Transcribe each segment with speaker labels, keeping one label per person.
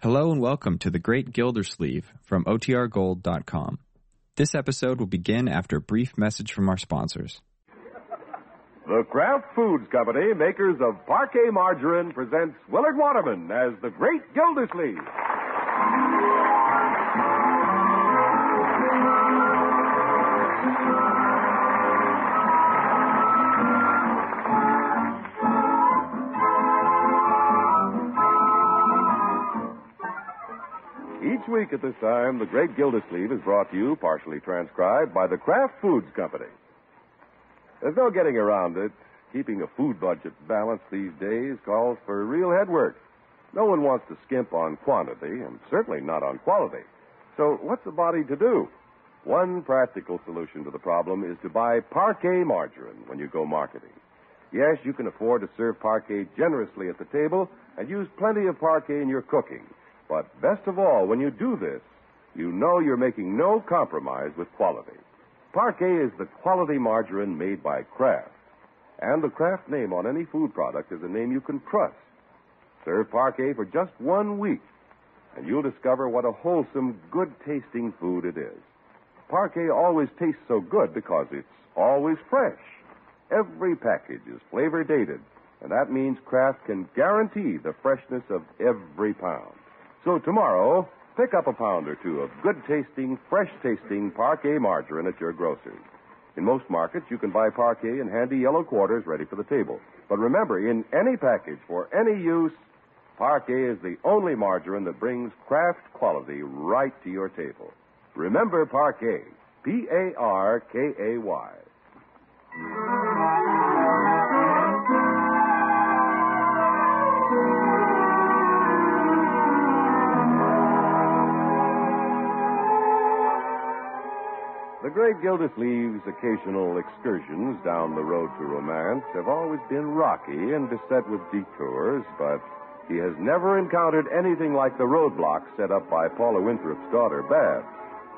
Speaker 1: Hello and welcome to The Great Gildersleeve from OTRGold.com. This episode will begin after a brief message from our sponsors.
Speaker 2: The Kraft Foods Company, makers of Parquet Margarine, presents Willard Waterman as the Great Gildersleeve. Each week at this time, The Great Gildersleeve is brought to you, partially transcribed, by the Kraft Foods Company. There's no getting around it. Keeping a food budget balanced these days calls for real head work. No one wants to skimp on quantity, and certainly not on quality. So, what's a body to do? One practical solution to the problem is to buy parquet margarine when you go marketing. Yes, you can afford to serve parquet generously at the table and use plenty of parquet in your cooking. But best of all, when you do this, you know you're making no compromise with quality. Parquet is the quality margarine made by Kraft. And the Kraft name on any food product is a name you can trust. Serve parquet for just one week, and you'll discover what a wholesome, good tasting food it is. Parquet always tastes so good because it's always fresh. Every package is flavor dated, and that means Kraft can guarantee the freshness of every pound. So tomorrow, pick up a pound or two of good tasting, fresh tasting parquet margarine at your grocer's. In most markets, you can buy parquet in handy yellow quarters ready for the table. But remember, in any package for any use, parquet is the only margarine that brings craft quality right to your table. Remember parquet. P A R K A Y. The great Gildersleeve's occasional excursions down the road to romance have always been rocky and beset with detours, but he has never encountered anything like the roadblock set up by Paula Winthrop's daughter, Bab.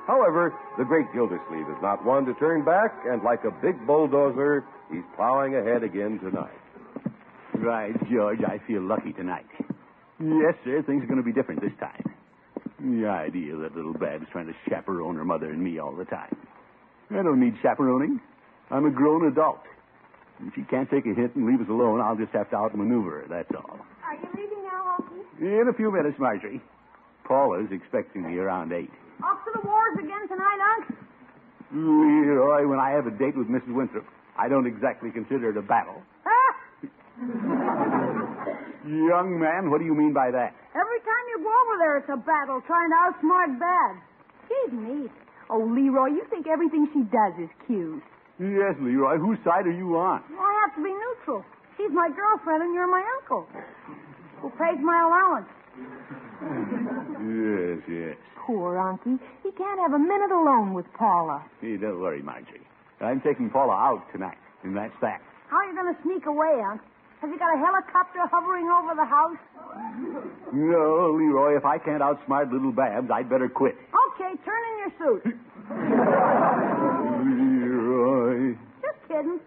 Speaker 2: However, the great Gildersleeve is not one to turn back, and like a big bulldozer, he's plowing ahead again tonight.
Speaker 3: Right, George. I feel lucky tonight. Yes, sir. Things are going to be different this time. The idea that little Bab's trying to chaperone her mother and me all the time. I don't need chaperoning. I'm a grown adult. If she can't take a hit and leave us alone, I'll just have to outmaneuver her, that's all.
Speaker 4: Are you leaving now, Uncle?
Speaker 3: In a few minutes, Marjorie. Paula's expecting me around eight.
Speaker 4: Off to the wars again tonight, Unc?
Speaker 3: Leroy, when I have a date with Mrs. Winthrop, I don't exactly consider it a battle.
Speaker 4: Huh?
Speaker 3: Young man, what do you mean by that?
Speaker 4: Every time you go over there, it's a battle trying to outsmart Bab. She's neat. Oh, Leroy, you think everything she does is cute.
Speaker 3: Yes, Leroy, whose side are you on?
Speaker 4: Well, I have to be neutral. She's my girlfriend and you're my uncle. Who pays my allowance?
Speaker 3: Yes, yes.
Speaker 5: Poor Unky. He can't have a minute alone with Paula.
Speaker 3: Hey, don't worry, Marjorie. I'm taking Paula out tonight, and that's that.
Speaker 4: How are you going to sneak away, Unc? Has he got a helicopter hovering over the house?
Speaker 3: No, Leroy, if I can't outsmart little Babs, I'd better quit.
Speaker 4: Okay, turn in your suit.
Speaker 3: Leroy.
Speaker 4: Just kidding.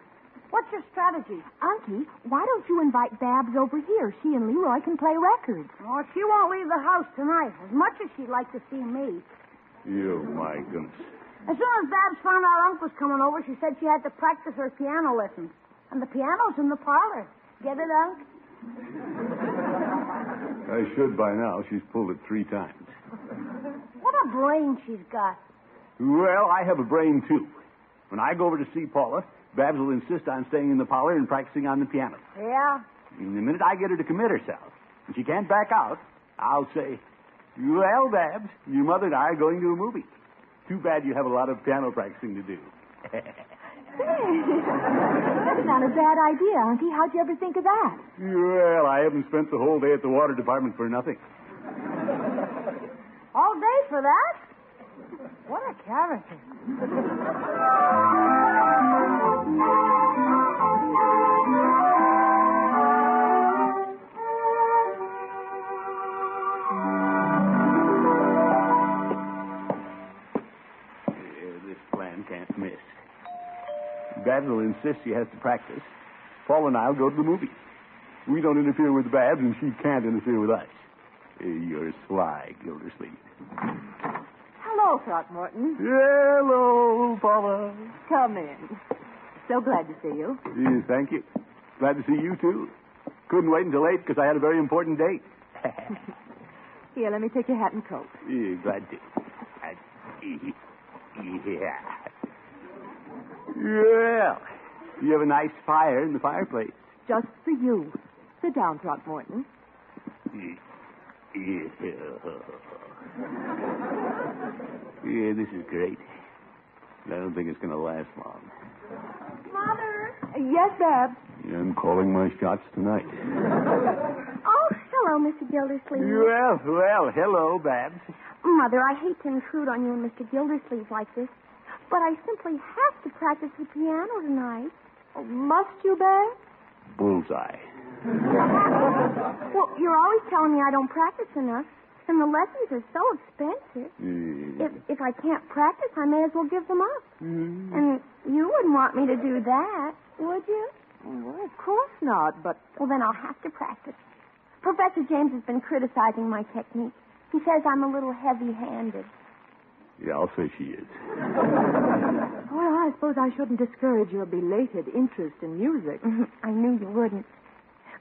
Speaker 4: What's your strategy?
Speaker 5: Unky, why don't you invite Babs over here? She and Leroy can play records.
Speaker 4: Oh, she won't leave the house tonight, as much as she'd like to see me.
Speaker 3: You, my goodness.
Speaker 4: As soon as Babs found out Unc was coming over, she said she had to practice her piano lessons. And the piano's in the parlor. Get it, Unc?
Speaker 3: I should by now. She's pulled it three times.
Speaker 4: What a brain she's got.
Speaker 3: Well, I have a brain, too. When I go over to see Paula, Babs will insist on staying in the parlor and practicing on the piano.
Speaker 4: Yeah?
Speaker 3: And the minute I get her to commit herself, and she can't back out, I'll say, Well, Babs, your mother and I are going to a movie. Too bad you have a lot of piano practicing to do.
Speaker 5: That's not a bad idea, Unky. How'd you ever think of that?
Speaker 3: Well, I haven't spent the whole day at the water department for nothing.
Speaker 4: All day for that? What a character.
Speaker 3: Yeah, this plan can't miss. Babs will insist she has to practice. Paul and I'll go to the movies. We don't interfere with Babs, and she can't interfere with us. You're sly, Gildersleeve.
Speaker 4: Hello, Throckmorton.
Speaker 3: Hello, Paula.
Speaker 4: Come in. So glad to see you.
Speaker 3: Yes, thank you. Glad to see you, too. Couldn't wait until late because I had a very important date.
Speaker 4: Here, let me take your hat and coat.
Speaker 3: Yeah, glad to. Uh, Yeah. Yeah. You have a nice fire in the fireplace.
Speaker 4: Just for you. Sit down, Throckmorton.
Speaker 3: Yeah. yeah, this is great. I don't think it's going to last long.
Speaker 4: Mother? Yes, Babs.
Speaker 3: I'm calling my shots tonight.
Speaker 5: Oh, hello, Mr. Gildersleeve.
Speaker 3: Well, well, hello, Babs.
Speaker 5: Mother, I hate to intrude on you and Mr. Gildersleeve like this, but I simply have to practice the piano tonight.
Speaker 4: Oh, must you, Babs?
Speaker 3: Bullseye.
Speaker 5: Well, you're always telling me I don't practice enough, and the lessons are so expensive.
Speaker 3: Yeah.
Speaker 5: If, if I can't practice, I may as well give them up.
Speaker 4: Mm-hmm.
Speaker 5: And you wouldn't want me to do that, would you?
Speaker 4: Well, of course not, but
Speaker 5: Well, then I'll have to practice. Professor James has been criticizing my technique. He says I'm a little heavy-handed.
Speaker 3: Yeah, I'll say she is.
Speaker 4: Well, I suppose I shouldn't discourage your belated interest in music.
Speaker 5: I knew you wouldn't.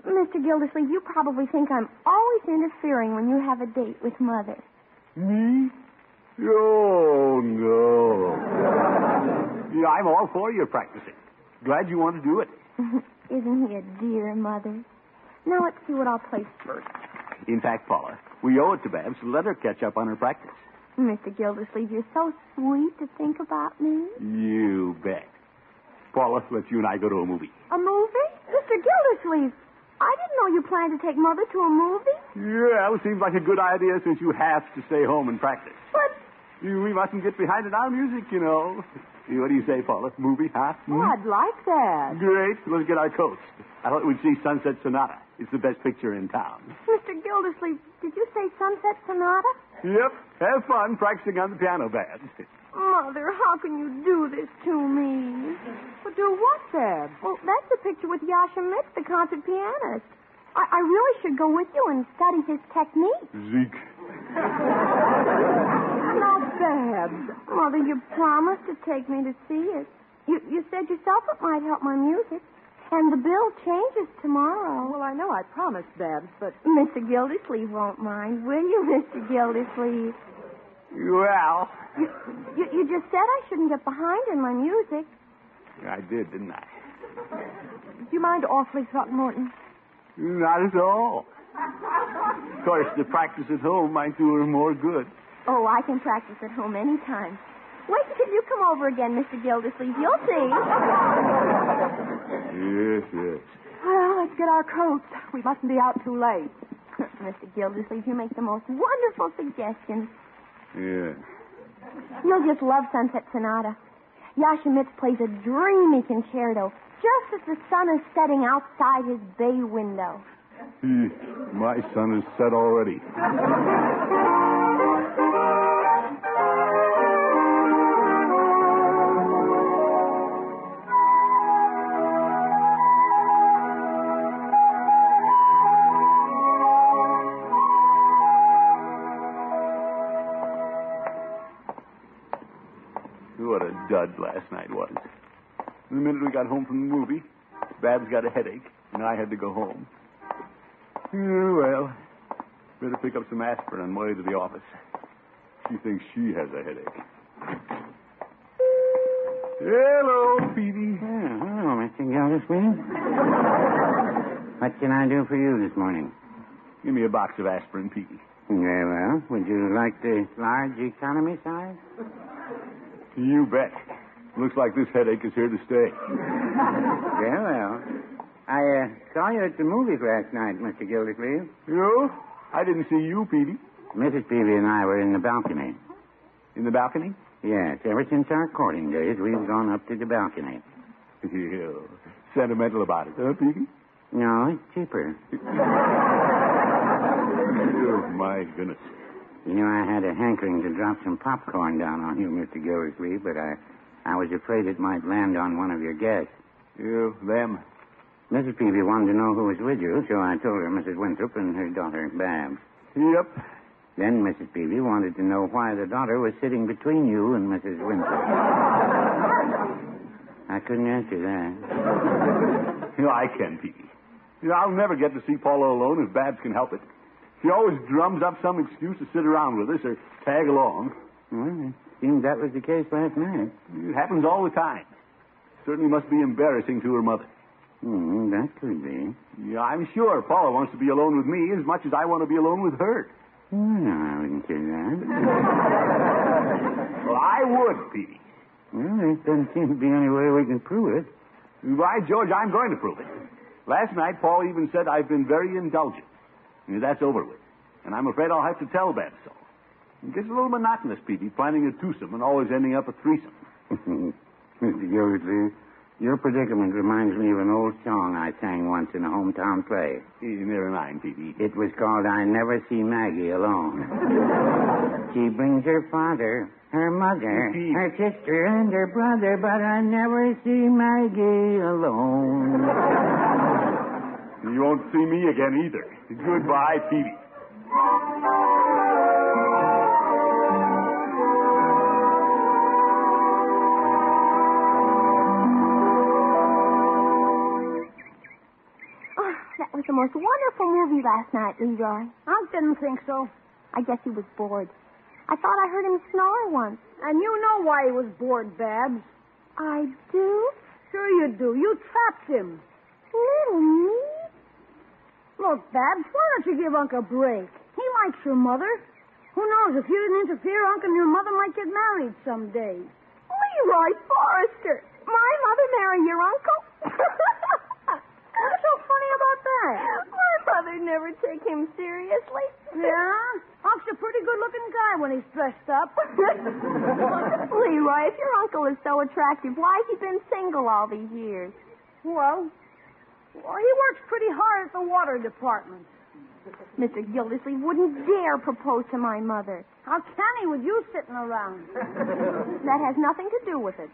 Speaker 5: Mr. Gildersleeve, you probably think I'm always interfering when you have a date with Mother.
Speaker 3: Me? Oh, no. yeah, I'm all for your practicing. Glad you want to do it.
Speaker 5: Isn't he a dear Mother? Now let's see what I'll play first.
Speaker 3: In fact, Paula, we owe it to Babs to let her catch up on her practice.
Speaker 5: Mr. Gildersleeve, you're so sweet to think about me.
Speaker 3: You bet. Paula, let's you and I go to a movie.
Speaker 5: A movie? Mr. Gildersleeve, I didn't know you planned to take Mother to a movie.
Speaker 3: Yeah, well, seems like a good idea since you have to stay home and practice.
Speaker 5: But
Speaker 3: You- We mustn't get behind in our music, you know. What do you say, Paula? Movie, huh? Hmm?
Speaker 4: Oh, I'd like that.
Speaker 3: Great. Let's get our coats. I thought we'd see Sunset Sonata. It's the best picture in town.
Speaker 5: Mr. Gildersleeve, did you say Sunset Sonata?
Speaker 3: Yep. Have fun practicing on the piano, Babs.
Speaker 5: Mother, how can you do this to me?
Speaker 4: But do what, Babs?
Speaker 5: Well, that's the picture with Yasha Mitz, the concert pianist. I, I really should go with you and study his technique.
Speaker 3: Zeke.
Speaker 5: No, Babs. Mother, you promised to take me to see it. You, you said yourself it might help my music. And the bill changes tomorrow.
Speaker 4: Well, I know I promised, Babs, but
Speaker 5: Mr. Gildersleeve won't mind, will you, Mr. Gildersleeve?
Speaker 3: Well,
Speaker 5: You, you, you just said I shouldn't get behind in my music.
Speaker 3: I did, didn't I?
Speaker 4: do you mind awfully, Throckmorton?
Speaker 3: Not at all. Of course, the practice at home might do her more good.
Speaker 5: Oh, I can practice at home any time. Wait until you come over again, Mr. Gildersleeve. You'll see.
Speaker 3: Yes, yes.
Speaker 4: Well, let's get our coats. We mustn't be out too late.
Speaker 5: Mr. Gildersleeve, you make the most wonderful suggestions.
Speaker 3: Yeah.
Speaker 5: You'll just love Sunset Sonata. Yasha Mitz plays a dreamy concerto just as the sun is setting outside his bay window.
Speaker 3: My son is set already. What a dud last night was. The minute we got home from the movie, Babs got a headache, and I had to go home. Yeah, well, better pick up some aspirin on my way to the office. She thinks she has a headache. Hello, Petey.
Speaker 6: Hello, Mr. Gildersleeve. what can I do for you this morning?
Speaker 3: Give me a box of aspirin, Petey.
Speaker 6: Very well. Would you like the large economy size?
Speaker 3: You bet. Looks like this headache is here to stay.
Speaker 6: Very well. I uh, saw you at the movies last night, Mr. Gildersleeve.
Speaker 3: You? I didn't see you, Petey.
Speaker 6: Mrs. Peavy and I were in the balcony.
Speaker 3: In the balcony?
Speaker 6: Yes, ever since our courting days, we've gone up to the balcony.
Speaker 3: Yeah. Sentimental about it, huh, Petey?
Speaker 6: No, it's cheaper.
Speaker 3: Oh, my goodness.
Speaker 6: You know, I had a hankering to drop some popcorn down on you, Mr. Gildersleeve, but I, I was afraid it might land on one of your guests.
Speaker 3: You, them.
Speaker 6: Mrs. Peavy wanted to know who was with you, so I told her Mrs. Winthrop and her daughter Babs.
Speaker 3: Yep.
Speaker 6: Then Mrs. Peavy wanted to know why the daughter was sitting between you and Mrs. Winthrop. I couldn't answer that.
Speaker 3: You know, I can, Peavy. You know, I'll never get to see Paula alone if Babs can help it. She always drums up some excuse to sit around with us or tag along.
Speaker 6: Well, it seemed that was the case last night.
Speaker 3: It happens all the time. Certainly must be embarrassing to her mother.
Speaker 6: Hmm, that could be.
Speaker 3: Yeah, I'm sure Paula wants to be alone with me as much as I want to be alone with her.
Speaker 6: Hmm, No, I wouldn't say that.
Speaker 3: Well, I would, Peavy.
Speaker 6: Well, there doesn't seem to be any way we can prove it.
Speaker 3: By George, I'm going to prove it. Last night, Paul even said I've been very indulgent. And That's over with. And I'm afraid I'll have to tell Babs so. It gets a little monotonous, Peavy, planning a twosome and always ending up a threesome.
Speaker 6: Mr. Gildersleeve, your predicament reminds me of an old song I sang once in a hometown play.
Speaker 3: Eh, Never mind, Peavy.
Speaker 6: It was called I Never See Maggie Alone. she brings her father, her mother, her sister, and her brother, but I never see Maggie alone.
Speaker 3: You won't see me again either. Goodbye, Peavy.
Speaker 5: Oh, that was the most wonderful movie last night, Leroy.
Speaker 4: I didn't think so.
Speaker 5: I guess he was bored. I thought I heard him snore once.
Speaker 4: And you know why he was bored, Babs.
Speaker 5: I do?
Speaker 4: Sure you do. You trapped him.
Speaker 5: Little me?
Speaker 4: Look, Babs, why don't you give Unc a break? He likes your mother. Who knows? If you didn't interfere, Unc and your mother might get married someday.
Speaker 5: Leroy Forrester. My mother marry your uncle? What's so funny about that? My mother never took him seriously.
Speaker 4: Yeah? Unc's a pretty good looking guy when he's dressed up.
Speaker 5: Leroy, if your uncle is so attractive, why's he been single all these years?
Speaker 4: well, well, he works pretty hard at the water department.
Speaker 5: Mr. Gildersleeve wouldn't dare propose to my mother.
Speaker 4: How can he with you sitting around?
Speaker 5: That has nothing to do with it.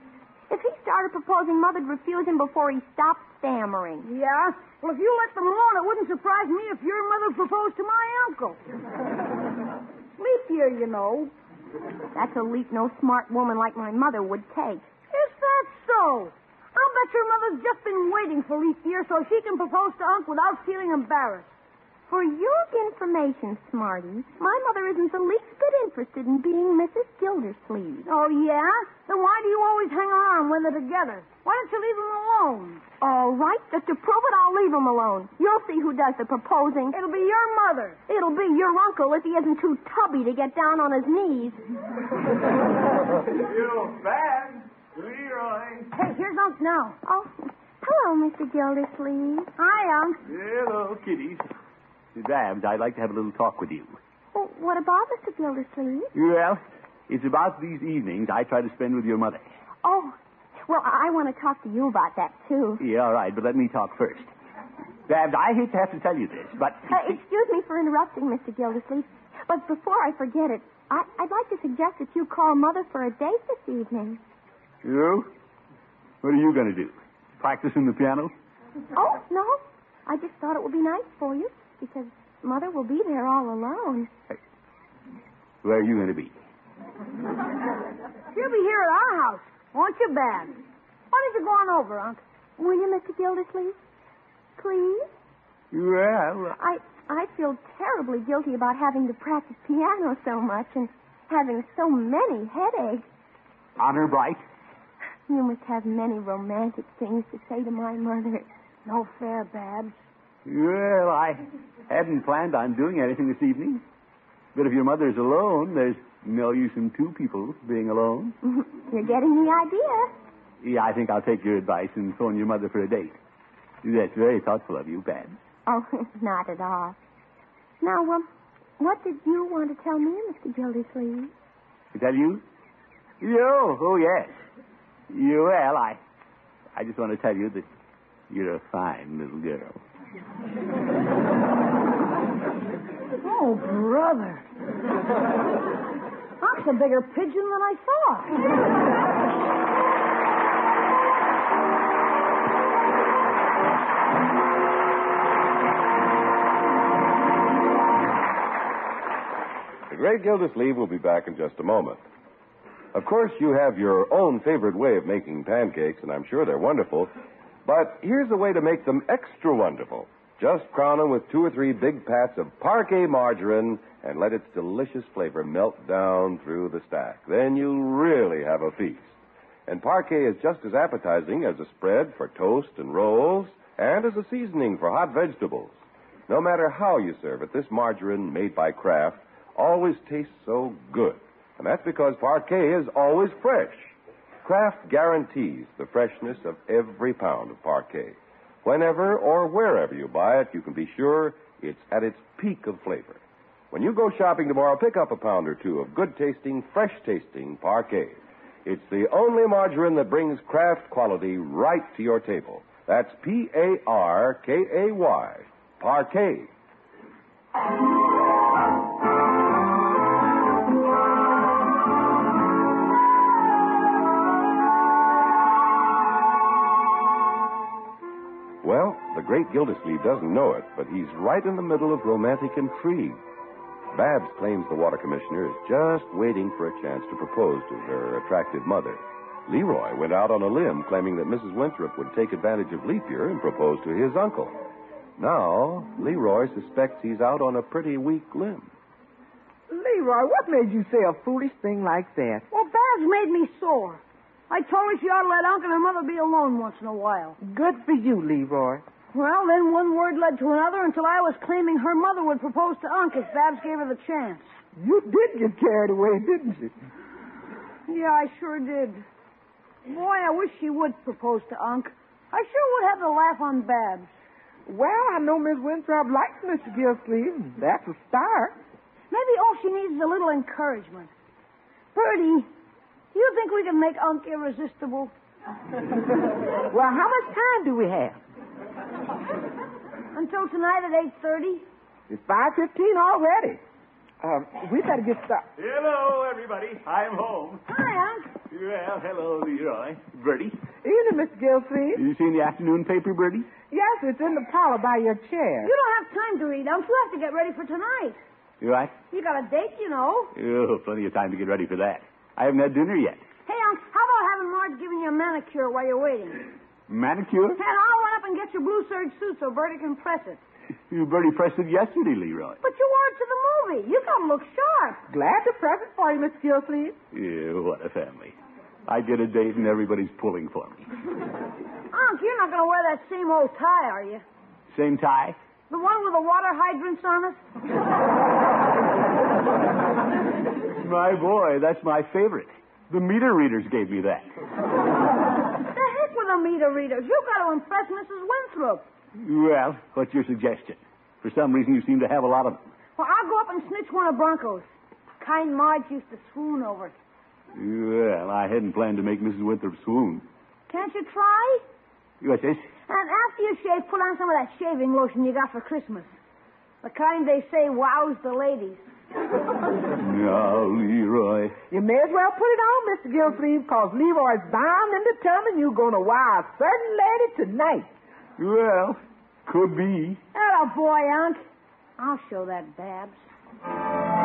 Speaker 5: If he started proposing, Mother'd refuse him before he stopped stammering.
Speaker 4: Yeah? Well, if you let them alone, it wouldn't surprise me if your mother proposed to my uncle. Leap year, you know.
Speaker 5: That's a leap no smart woman like my mother would take.
Speaker 4: Is that so? I'll bet your mother's just been waiting for leap year so she can propose to Unc without feeling embarrassed.
Speaker 5: For your information, Smarty, my mother isn't the least bit interested in being Mrs. Gildersleeve.
Speaker 4: Oh, yeah? Then why do you always hang around when they're together? Why don't you leave them alone?
Speaker 5: All right, just to prove it, I'll leave him alone. You'll see who does the proposing.
Speaker 4: It'll be your mother.
Speaker 5: It'll be your uncle if he isn't too tubby to get down on his knees.
Speaker 3: You, Babs. Leroy.
Speaker 4: Hey, here's Unc now.
Speaker 5: Oh, hello, Mr. Gildersleeve.
Speaker 4: Hi, Unc.
Speaker 3: Hello, kitties. Babs, I'd like to have a little talk with you.
Speaker 5: Well, what about Mr. Gildersleeve?
Speaker 3: Well, it's about these evenings I try to spend with your mother.
Speaker 5: Oh, well, I, I want to talk to you about that, too.
Speaker 3: Yeah, all right, but let me talk first. Babs, I hate to have to tell you this, but
Speaker 5: Uh, excuse me for interrupting, Mr. Gildersleeve, but before I forget it, I, I'd like to suggest that you call Mother for a date this evening.
Speaker 3: you, what are you going to do? Practicing the piano?
Speaker 5: Oh, no. I just thought it would be nice for you because Mother will be there all alone.
Speaker 3: Where are you going to be?
Speaker 4: She'll be here at our house. Won't you, Babs? Why don't you go on over, Unc?
Speaker 5: Will you, Mr. Gildersleeve? Please?
Speaker 3: Well,
Speaker 5: I, I feel terribly guilty about having to practice piano so much and having so many headaches.
Speaker 3: honor bright.
Speaker 5: You must have many romantic things to say to my mother.
Speaker 4: No fair, Babs.
Speaker 3: Well, I hadn't planned on doing anything this evening, but if your mother's alone, there's no use in two people being alone.
Speaker 5: You're getting the idea.
Speaker 3: Yeah, I think I'll take your advice and phone your mother for a date. That's very thoughtful of you, Babs.
Speaker 5: Oh, not at all. Now, um, what did you want to tell me, Mr. Gildersleeve?
Speaker 3: Is that you? You? Oh, yes. You, well, I, I just want to tell you that you're a fine little girl.
Speaker 4: Oh, brother. Unc's a bigger pigeon than I thought.
Speaker 2: The Great Gildersleeve will be back in just a moment. Of course, you have your own favorite way of making pancakes, and I'm sure they're wonderful. But here's a way to make them extra wonderful. Just crown them with two or three big pats of parquet margarine and let its delicious flavor melt down through the stack. Then you'll really have a feast. And parquet is just as appetizing as a spread for toast and rolls and as a seasoning for hot vegetables. No matter how you serve it, this margarine made by Kraft always tastes so good. And that's because parquet is always fresh. Kraft guarantees the freshness of every pound of parquet. Whenever or wherever you buy it, you can be sure it's at its peak of flavor. When you go shopping tomorrow, pick up a pound or two of good tasting, fresh tasting parquet. It's the only margarine that brings Kraft quality right to your table. That's P A R K A Y, parquet. Well, the great Gildersleeve doesn't know it, but he's right in the middle of romantic intrigue. Babs claims the water commissioner is just waiting for a chance to propose to her attractive mother. Leroy went out on a limb claiming that Mrs. Winthrop would take advantage of leap year and propose to his uncle. Now, Leroy suspects he's out on a pretty weak limb.
Speaker 7: Leroy, what made you say a foolish thing like that?
Speaker 4: Well, Babs made me sore. I told her she ought to let Uncle and her mother be alone once in a while.
Speaker 7: Good for you, Leroy.
Speaker 4: Well, then one word led to another until I was claiming her mother would propose to Unc if Babs gave her the chance.
Speaker 7: You did get carried away, didn't you?
Speaker 4: Yeah, I sure did. Boy, I wish she would propose to Unc. I sure would have the laugh on Babs.
Speaker 7: Well, I know Miss Winthrop likes Mr. Gilsleeve. That's a start.
Speaker 4: Maybe all she needs is a little encouragement. Bertie, do you think we can make Unc irresistible?
Speaker 7: Well, how much time do we have?
Speaker 4: Until tonight at 8.30?
Speaker 7: It's five fifteen already. Um, we better get started.
Speaker 3: Hello, everybody. I'm home.
Speaker 4: Hi, Unc.
Speaker 3: Well, hello, Leroy. Bertie.
Speaker 7: Evening, Mr. Gilsleeve.
Speaker 3: You seen the afternoon paper, Bertie?
Speaker 7: Yes, it's in the parlor by your chair.
Speaker 4: You don't have time to read, Unc. You have to get ready for tonight.
Speaker 3: You right?
Speaker 4: You got a date, you know.
Speaker 3: Oh, plenty of time to get ready for that. I haven't had dinner yet.
Speaker 4: Hey, Unc, how about having Marge giving you a manicure while you're waiting?
Speaker 3: Manicure?
Speaker 4: And I'll run up and get your blue serge suit so Bertie can press it.
Speaker 3: You Bertie pressed it yesterday, Leroy.
Speaker 4: But you wore it to the movie. You gotta look sharp.
Speaker 7: Glad to present for you, Mr. Gilsleeve.
Speaker 3: Yeah, what a family. I get a date and everybody's pulling for me.
Speaker 4: Unc, you're not gonna wear that same old tie, are you?
Speaker 3: Same tie?
Speaker 4: The one with the water hydrants on it?
Speaker 3: My boy, that's my favorite. The meter readers gave me that.
Speaker 4: the heck with the meter readers. You gotta impress Mrs. Winthrop.
Speaker 3: Well, what's your suggestion? For some reason, you seem to have a lot of them.
Speaker 4: Well, I'll go up and snitch one of Bronco's. Kind Marge used to swoon over it.
Speaker 3: Well, I hadn't planned to make Mrs. Winthrop swoon.
Speaker 4: Can't you try?
Speaker 3: What's this?
Speaker 4: And after you shave, put on some of that shaving lotion you got for Christmas. The kind they say wows the ladies.
Speaker 3: Now, Leroy.
Speaker 7: You may as well put it on, Mr. Gilsleeve, because Leroy's bound and determined you're going to wow a certain lady tonight.
Speaker 3: Well, could be.
Speaker 4: Atta boy, Unc. I'll show that Babs.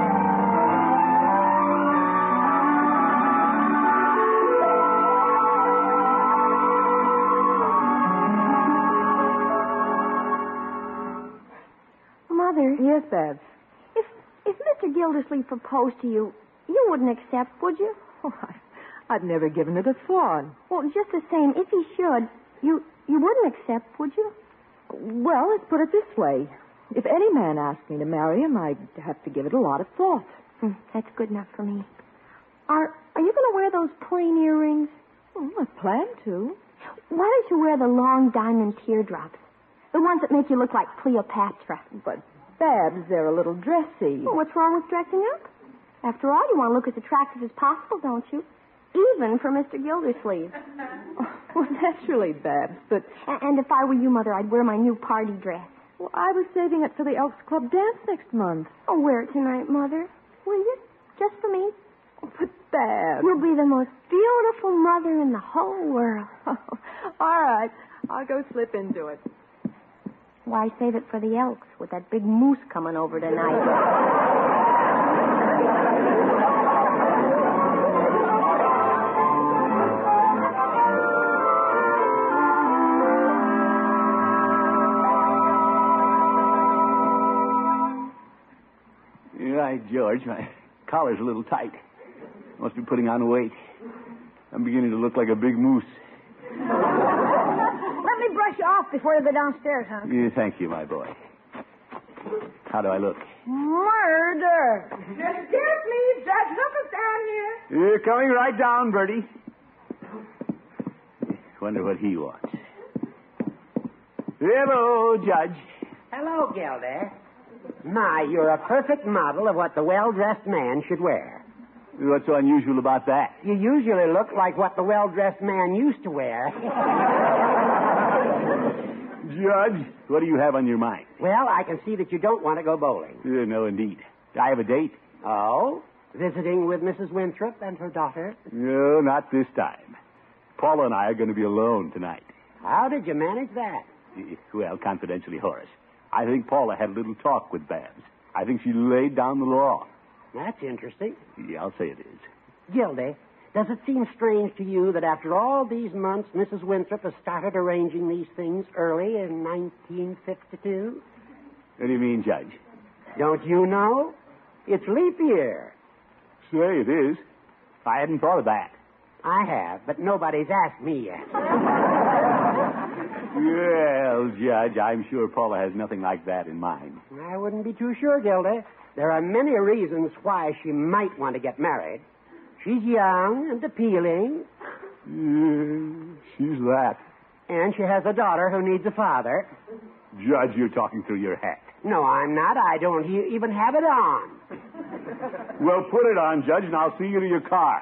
Speaker 5: Mother,
Speaker 7: Yes, Babs.
Speaker 5: if if Mr. Gildersleeve proposed to you, you wouldn't accept, would you?
Speaker 7: Oh, I, I've never given it a thought.
Speaker 5: Well, just the same, if he should, you you wouldn't accept, would you?
Speaker 8: Well, let's put it this way. If any man asked me to marry him, I'd have to give it a lot of thought.
Speaker 5: Hmm, that's good enough for me. Are are you going to wear those plain earrings?
Speaker 8: Well, I plan to.
Speaker 5: Why don't you wear the long diamond teardrops? The ones that make you look like Cleopatra.
Speaker 8: But, Babs, they're a little
Speaker 7: Oh,
Speaker 8: dressy.
Speaker 5: Well, what's wrong with dressing up? After all, you want to look as attractive as possible, don't you? Even for Mr. Gildersleeve.
Speaker 8: Well, naturally, Babs, but
Speaker 5: A- And if I were you, Mother, I'd wear my new party dress.
Speaker 8: well, I was saving it for the Elks Club dance next month.
Speaker 5: I'll wear it tonight, Mother. Will you? Just for me?
Speaker 8: Oh, but,
Speaker 4: Uh,
Speaker 8: Babs.
Speaker 5: You'll be the most beautiful mother in the whole world.
Speaker 8: All right, I'll go slip into it.
Speaker 5: Why save it for the Elks with that big moose coming over tonight?
Speaker 3: George. My collar's a little tight. Must be putting on weight. I'm beginning to look like a big moose.
Speaker 9: Let me brush you off before you go downstairs, huh?
Speaker 3: Yeah, thank you, my boy. How do I look?
Speaker 9: Murder.
Speaker 10: Excuse me, Judge Hooker's down here.
Speaker 3: You're coming right down, Bertie. Wonder what he wants. Hello, Judge.
Speaker 11: Hello, Gilda. My, you're a perfect model of what the well dressed man should wear.
Speaker 3: What's so unusual about that?
Speaker 11: You usually look like what the well dressed man used to wear.
Speaker 3: Judge, what do you have on your mind?
Speaker 11: Well, I can see that you don't want to go bowling.
Speaker 3: Yeah, no, indeed. I have a date.
Speaker 11: Oh? Visiting with Mrs. Winthrop and her daughter?
Speaker 3: No, not this time. Paula and I are going to be alone tonight.
Speaker 11: How did you manage that?
Speaker 3: Eh, Well, confidentially, Horace, I think Paula had a little talk with Babs. I think she laid down the law.
Speaker 11: That's interesting.
Speaker 3: Yeah, I'll say it is.
Speaker 11: Gildy, does it seem strange to you that after all these months, Mrs. Winthrop has started arranging these things early in 1952?
Speaker 3: What do you mean, Judge?
Speaker 11: Don't you know? It's leap year.
Speaker 3: Say it is. I hadn't thought of that.
Speaker 11: I have, but nobody's asked me yet.
Speaker 3: Well, Judge, I'm sure Paula has nothing like that in mind.
Speaker 11: I wouldn't be too sure, Gilda. There are many reasons why she might want to get married. She's young and appealing,
Speaker 3: Yeah, she's that.
Speaker 11: and she has a daughter who needs a father.
Speaker 3: Judge, you're talking through your hat.
Speaker 11: No, I'm not. I don't he- even have it on.
Speaker 3: Well, put it on, Judge, and I'll see you to your car.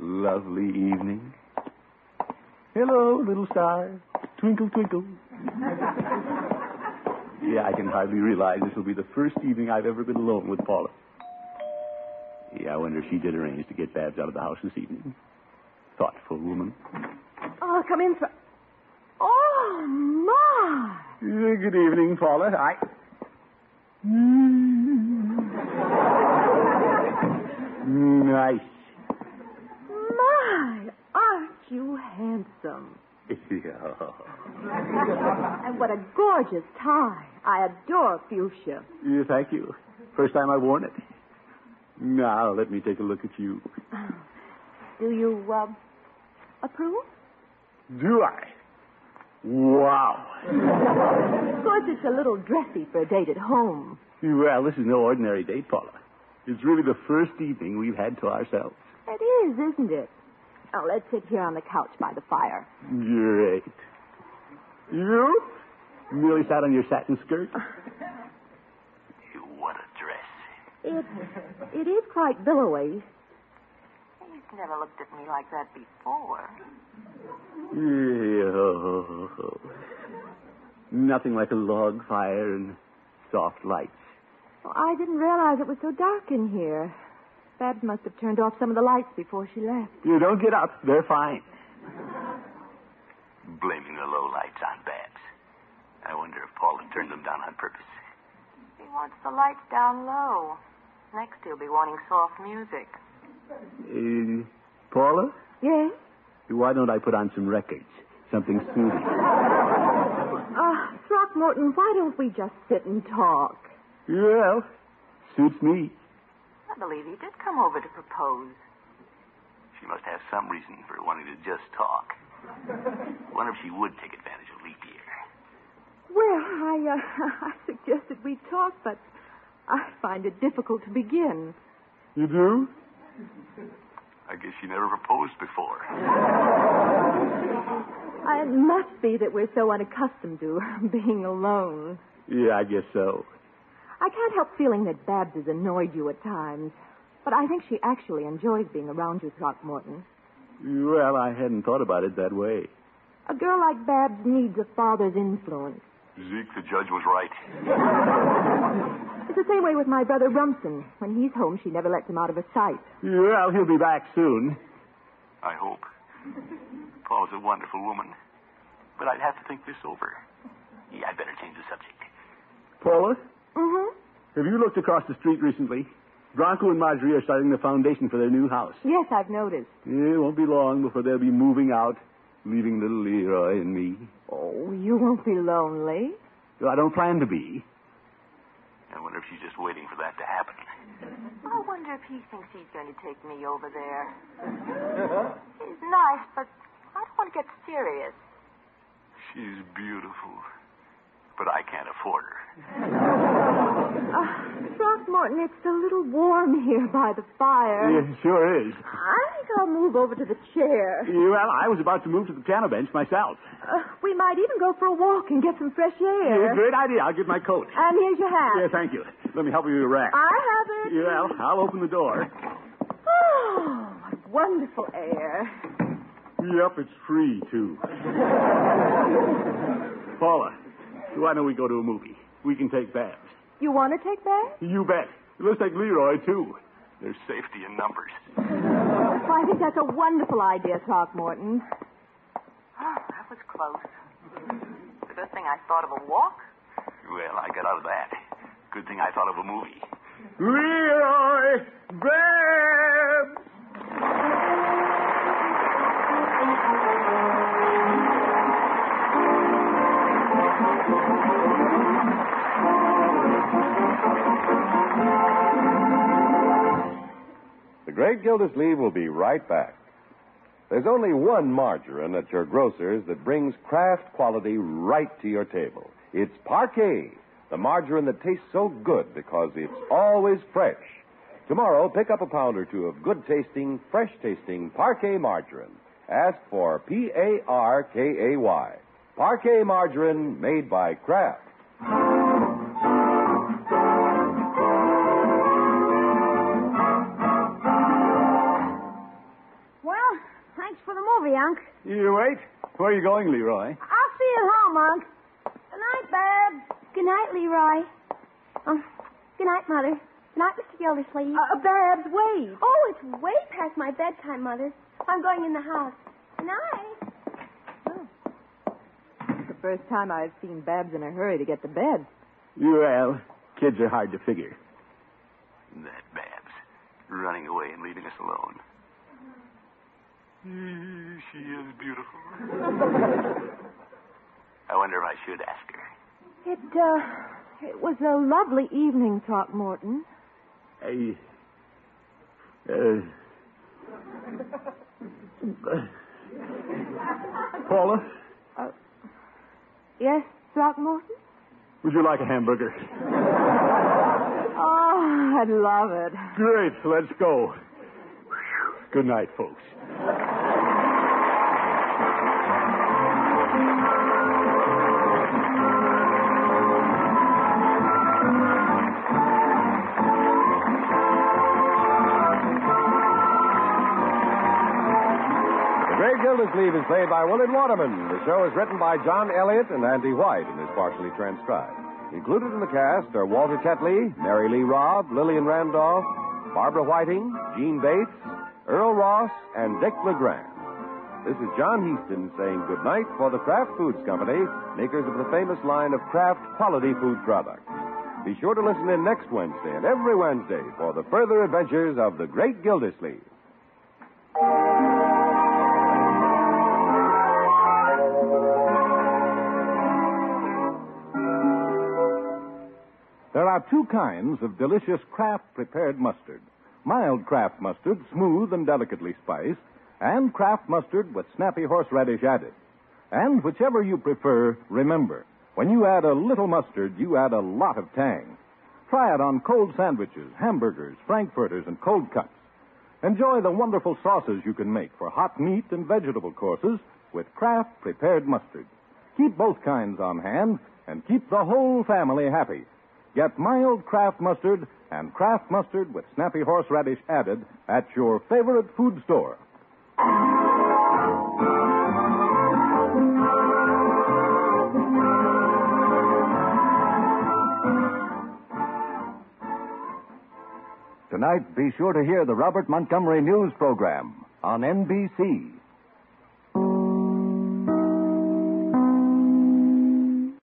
Speaker 3: Lovely evening. Hello, little star. Twinkle, twinkle. Yeah, I can hardly realize this will be the first evening I've ever been alone with Paula. Yeah, I wonder if she did arrange to get Babs out of the house this evening. Thoughtful woman.
Speaker 4: Oh, come in. For... Oh, my.
Speaker 3: Yeah, Eh, good evening, Paula. I. Mm, nice.
Speaker 4: My, aren't you handsome?
Speaker 3: Yeah.
Speaker 4: And what a gorgeous tie. I adore fuchsia.
Speaker 3: yeah. Thank you. First time I've worn it. Now, let me take a look at you.
Speaker 4: Do you, uh, approve?
Speaker 3: Do I? Wow.
Speaker 4: Of course, it's a little dressy for a date at home.
Speaker 3: Well, this is no ordinary date, Paula. It's really the first evening we've had to ourselves.
Speaker 4: It is, isn't it? Now, let's sit here on the couch by the fire.
Speaker 3: Great. You merely sat on your satin skirt. what a dress.
Speaker 4: It, it is quite billowy.
Speaker 12: He's never looked at me like that before.
Speaker 3: Nothing like a log fire and soft lights.
Speaker 4: Well, I didn't realize it was so dark in here. Babs must have turned off some of the lights before she left.
Speaker 3: You don't get up. They're fine. Blaming the low lights on Babs. I wonder if Paula turned them down on purpose.
Speaker 12: He wants the lights down low. Next, he'll be wanting soft music.
Speaker 3: Uh, Paula,
Speaker 4: Yes?
Speaker 3: why don't I put on some records? Something soothing.
Speaker 4: Uh, Throckmorton, why don't we just sit and talk?
Speaker 3: Well, suits me.
Speaker 12: I believe he did come over to propose.
Speaker 13: She must have some reason for wanting to just talk. Wonder if she would take advantage of leap year.
Speaker 4: Well, I, uh, I suggested we talk, but I find it difficult to begin.
Speaker 3: You do?
Speaker 13: I guess she never proposed before.
Speaker 4: I, it must be that we're so unaccustomed to being alone.
Speaker 3: Yeah, I guess so.
Speaker 4: I can't help feeling that Babs has annoyed you at times, but I think she actually enjoys being around you, Throckmorton.
Speaker 3: Well, I hadn't thought about it that way.
Speaker 4: A girl like Babs needs a father's influence.
Speaker 13: Zeke, the judge, was right.
Speaker 4: It's the same way with my brother Rumson. When he's home, she never lets him out of her sight.
Speaker 3: Well, he'll be back soon.
Speaker 13: I hope. Paul's a wonderful woman. But I'd have to think this over. Yeah, I'd better change the subject.
Speaker 3: Paula,
Speaker 4: Mm-hmm.
Speaker 3: Have you looked across the street recently? Bronco and Marjorie are starting the foundation for their new house.
Speaker 8: Yes, I've noticed.
Speaker 3: Yeah, It won't be long before they'll be moving out, leaving little Leroy and me.
Speaker 8: Oh, you won't be lonely.
Speaker 3: I don't plan to be.
Speaker 14: I wonder if she's just waiting for that to happen.
Speaker 15: I wonder if he thinks he's going to take me over there.
Speaker 3: Uh-huh.
Speaker 15: He's nice, but I don't want to get serious.
Speaker 14: She's beautiful, but I can't afford her.
Speaker 15: Ah,
Speaker 8: Uh, Throckmorton, it's a little warm here by the fire.
Speaker 3: It sure is.
Speaker 8: I think I'll move over to the chair.
Speaker 3: Yeah, Well, I was about to move to the piano bench myself.
Speaker 8: Uh, we might even go for a walk and get some fresh air.
Speaker 3: Yeah, great idea. I'll get my coat.
Speaker 8: And here's your
Speaker 4: Uh,
Speaker 8: hat.
Speaker 3: Yeah, thank you. Let me help you with your rack.
Speaker 8: I have it.
Speaker 3: Yeah, Well, I'll open the door.
Speaker 8: Oh, what wonderful air.
Speaker 3: Yep, it's free, too. Paula, why don't we go to a movie? We can take baths.
Speaker 8: You want to take that?
Speaker 3: You bet. Let's take Leroy, too.
Speaker 14: There's safety in numbers.
Speaker 8: Well, I think that's a wonderful idea, Throckmorton.
Speaker 15: Oh, that was close. The first thing I thought of a walk.
Speaker 14: Well, I got out of that. Good thing I thought of a movie.
Speaker 3: Leroy Babs!
Speaker 2: The Great Gildersleeve will be right back. There's only one margarine at your grocer's that brings craft quality right to your table. It's Parquet, the margarine that tastes so good because it's always fresh. Tomorrow, pick up a pound or two of good tasting, fresh tasting Parquet margarine. Ask for P A R K A Y. Parquet margarine made by Kraft.
Speaker 4: Well, thanks for the movie, Unc.
Speaker 3: You wait. Where are you going, Leroy?
Speaker 4: I'll see you at home, Unc. Good night, Babs.
Speaker 5: Good night, Leroy. Oh, good night, Mother. Good night, Mr. Gildersleeve.
Speaker 8: Uh, Babs, wait.
Speaker 5: Oh, it's way past my bedtime, Mother. I'm going in the house. Good night.
Speaker 8: It's the first time I've seen Babs in a hurry to get to bed.
Speaker 3: Well, kids are hard to figure.
Speaker 14: That Babs. Running away and leaving us alone. She is beautiful. I wonder if I should ask her.
Speaker 8: It, uh, it was a lovely evening, Throckmorton.
Speaker 3: I. Uh. Paula,
Speaker 8: Uh, Yes, Throckmorton?
Speaker 3: would you like a hamburger?
Speaker 8: Oh, I love it.
Speaker 3: Great, let's go. Good night, folks.
Speaker 2: The Great Gildersleeve is played by Willard Waterman. The show is written by John Elliott and Andy White and is partially transcribed. Included in the cast are Walter Tetley, Mary Lee Robb, Lillian Randolph, Barbara Whiting, Gene Bates, Earl Ross, and Dick LeGrand. This is John Heaston saying goodnight for the Kraft Foods Company, makers of the famous line of Kraft quality food products. Be sure to listen in next Wednesday and every Wednesday for the further adventures of the Great Gildersleeve.
Speaker 16: There are two kinds of delicious Kraft prepared mustard mild Kraft mustard, smooth and delicately spiced, and Kraft mustard with snappy horseradish added. And whichever you prefer, remember, when you add a little mustard, you add a lot of tang. Try it on cold sandwiches, hamburgers, frankfurters, and cold cuts. Enjoy the wonderful sauces you can make for hot meat and vegetable courses with Kraft prepared mustard. Keep both kinds on hand and keep the whole family happy. Get mild Kraft mustard and Kraft mustard with snappy horseradish added at your favorite food store.
Speaker 17: Tonight, be sure to hear the Robert Montgomery News Program on NBC.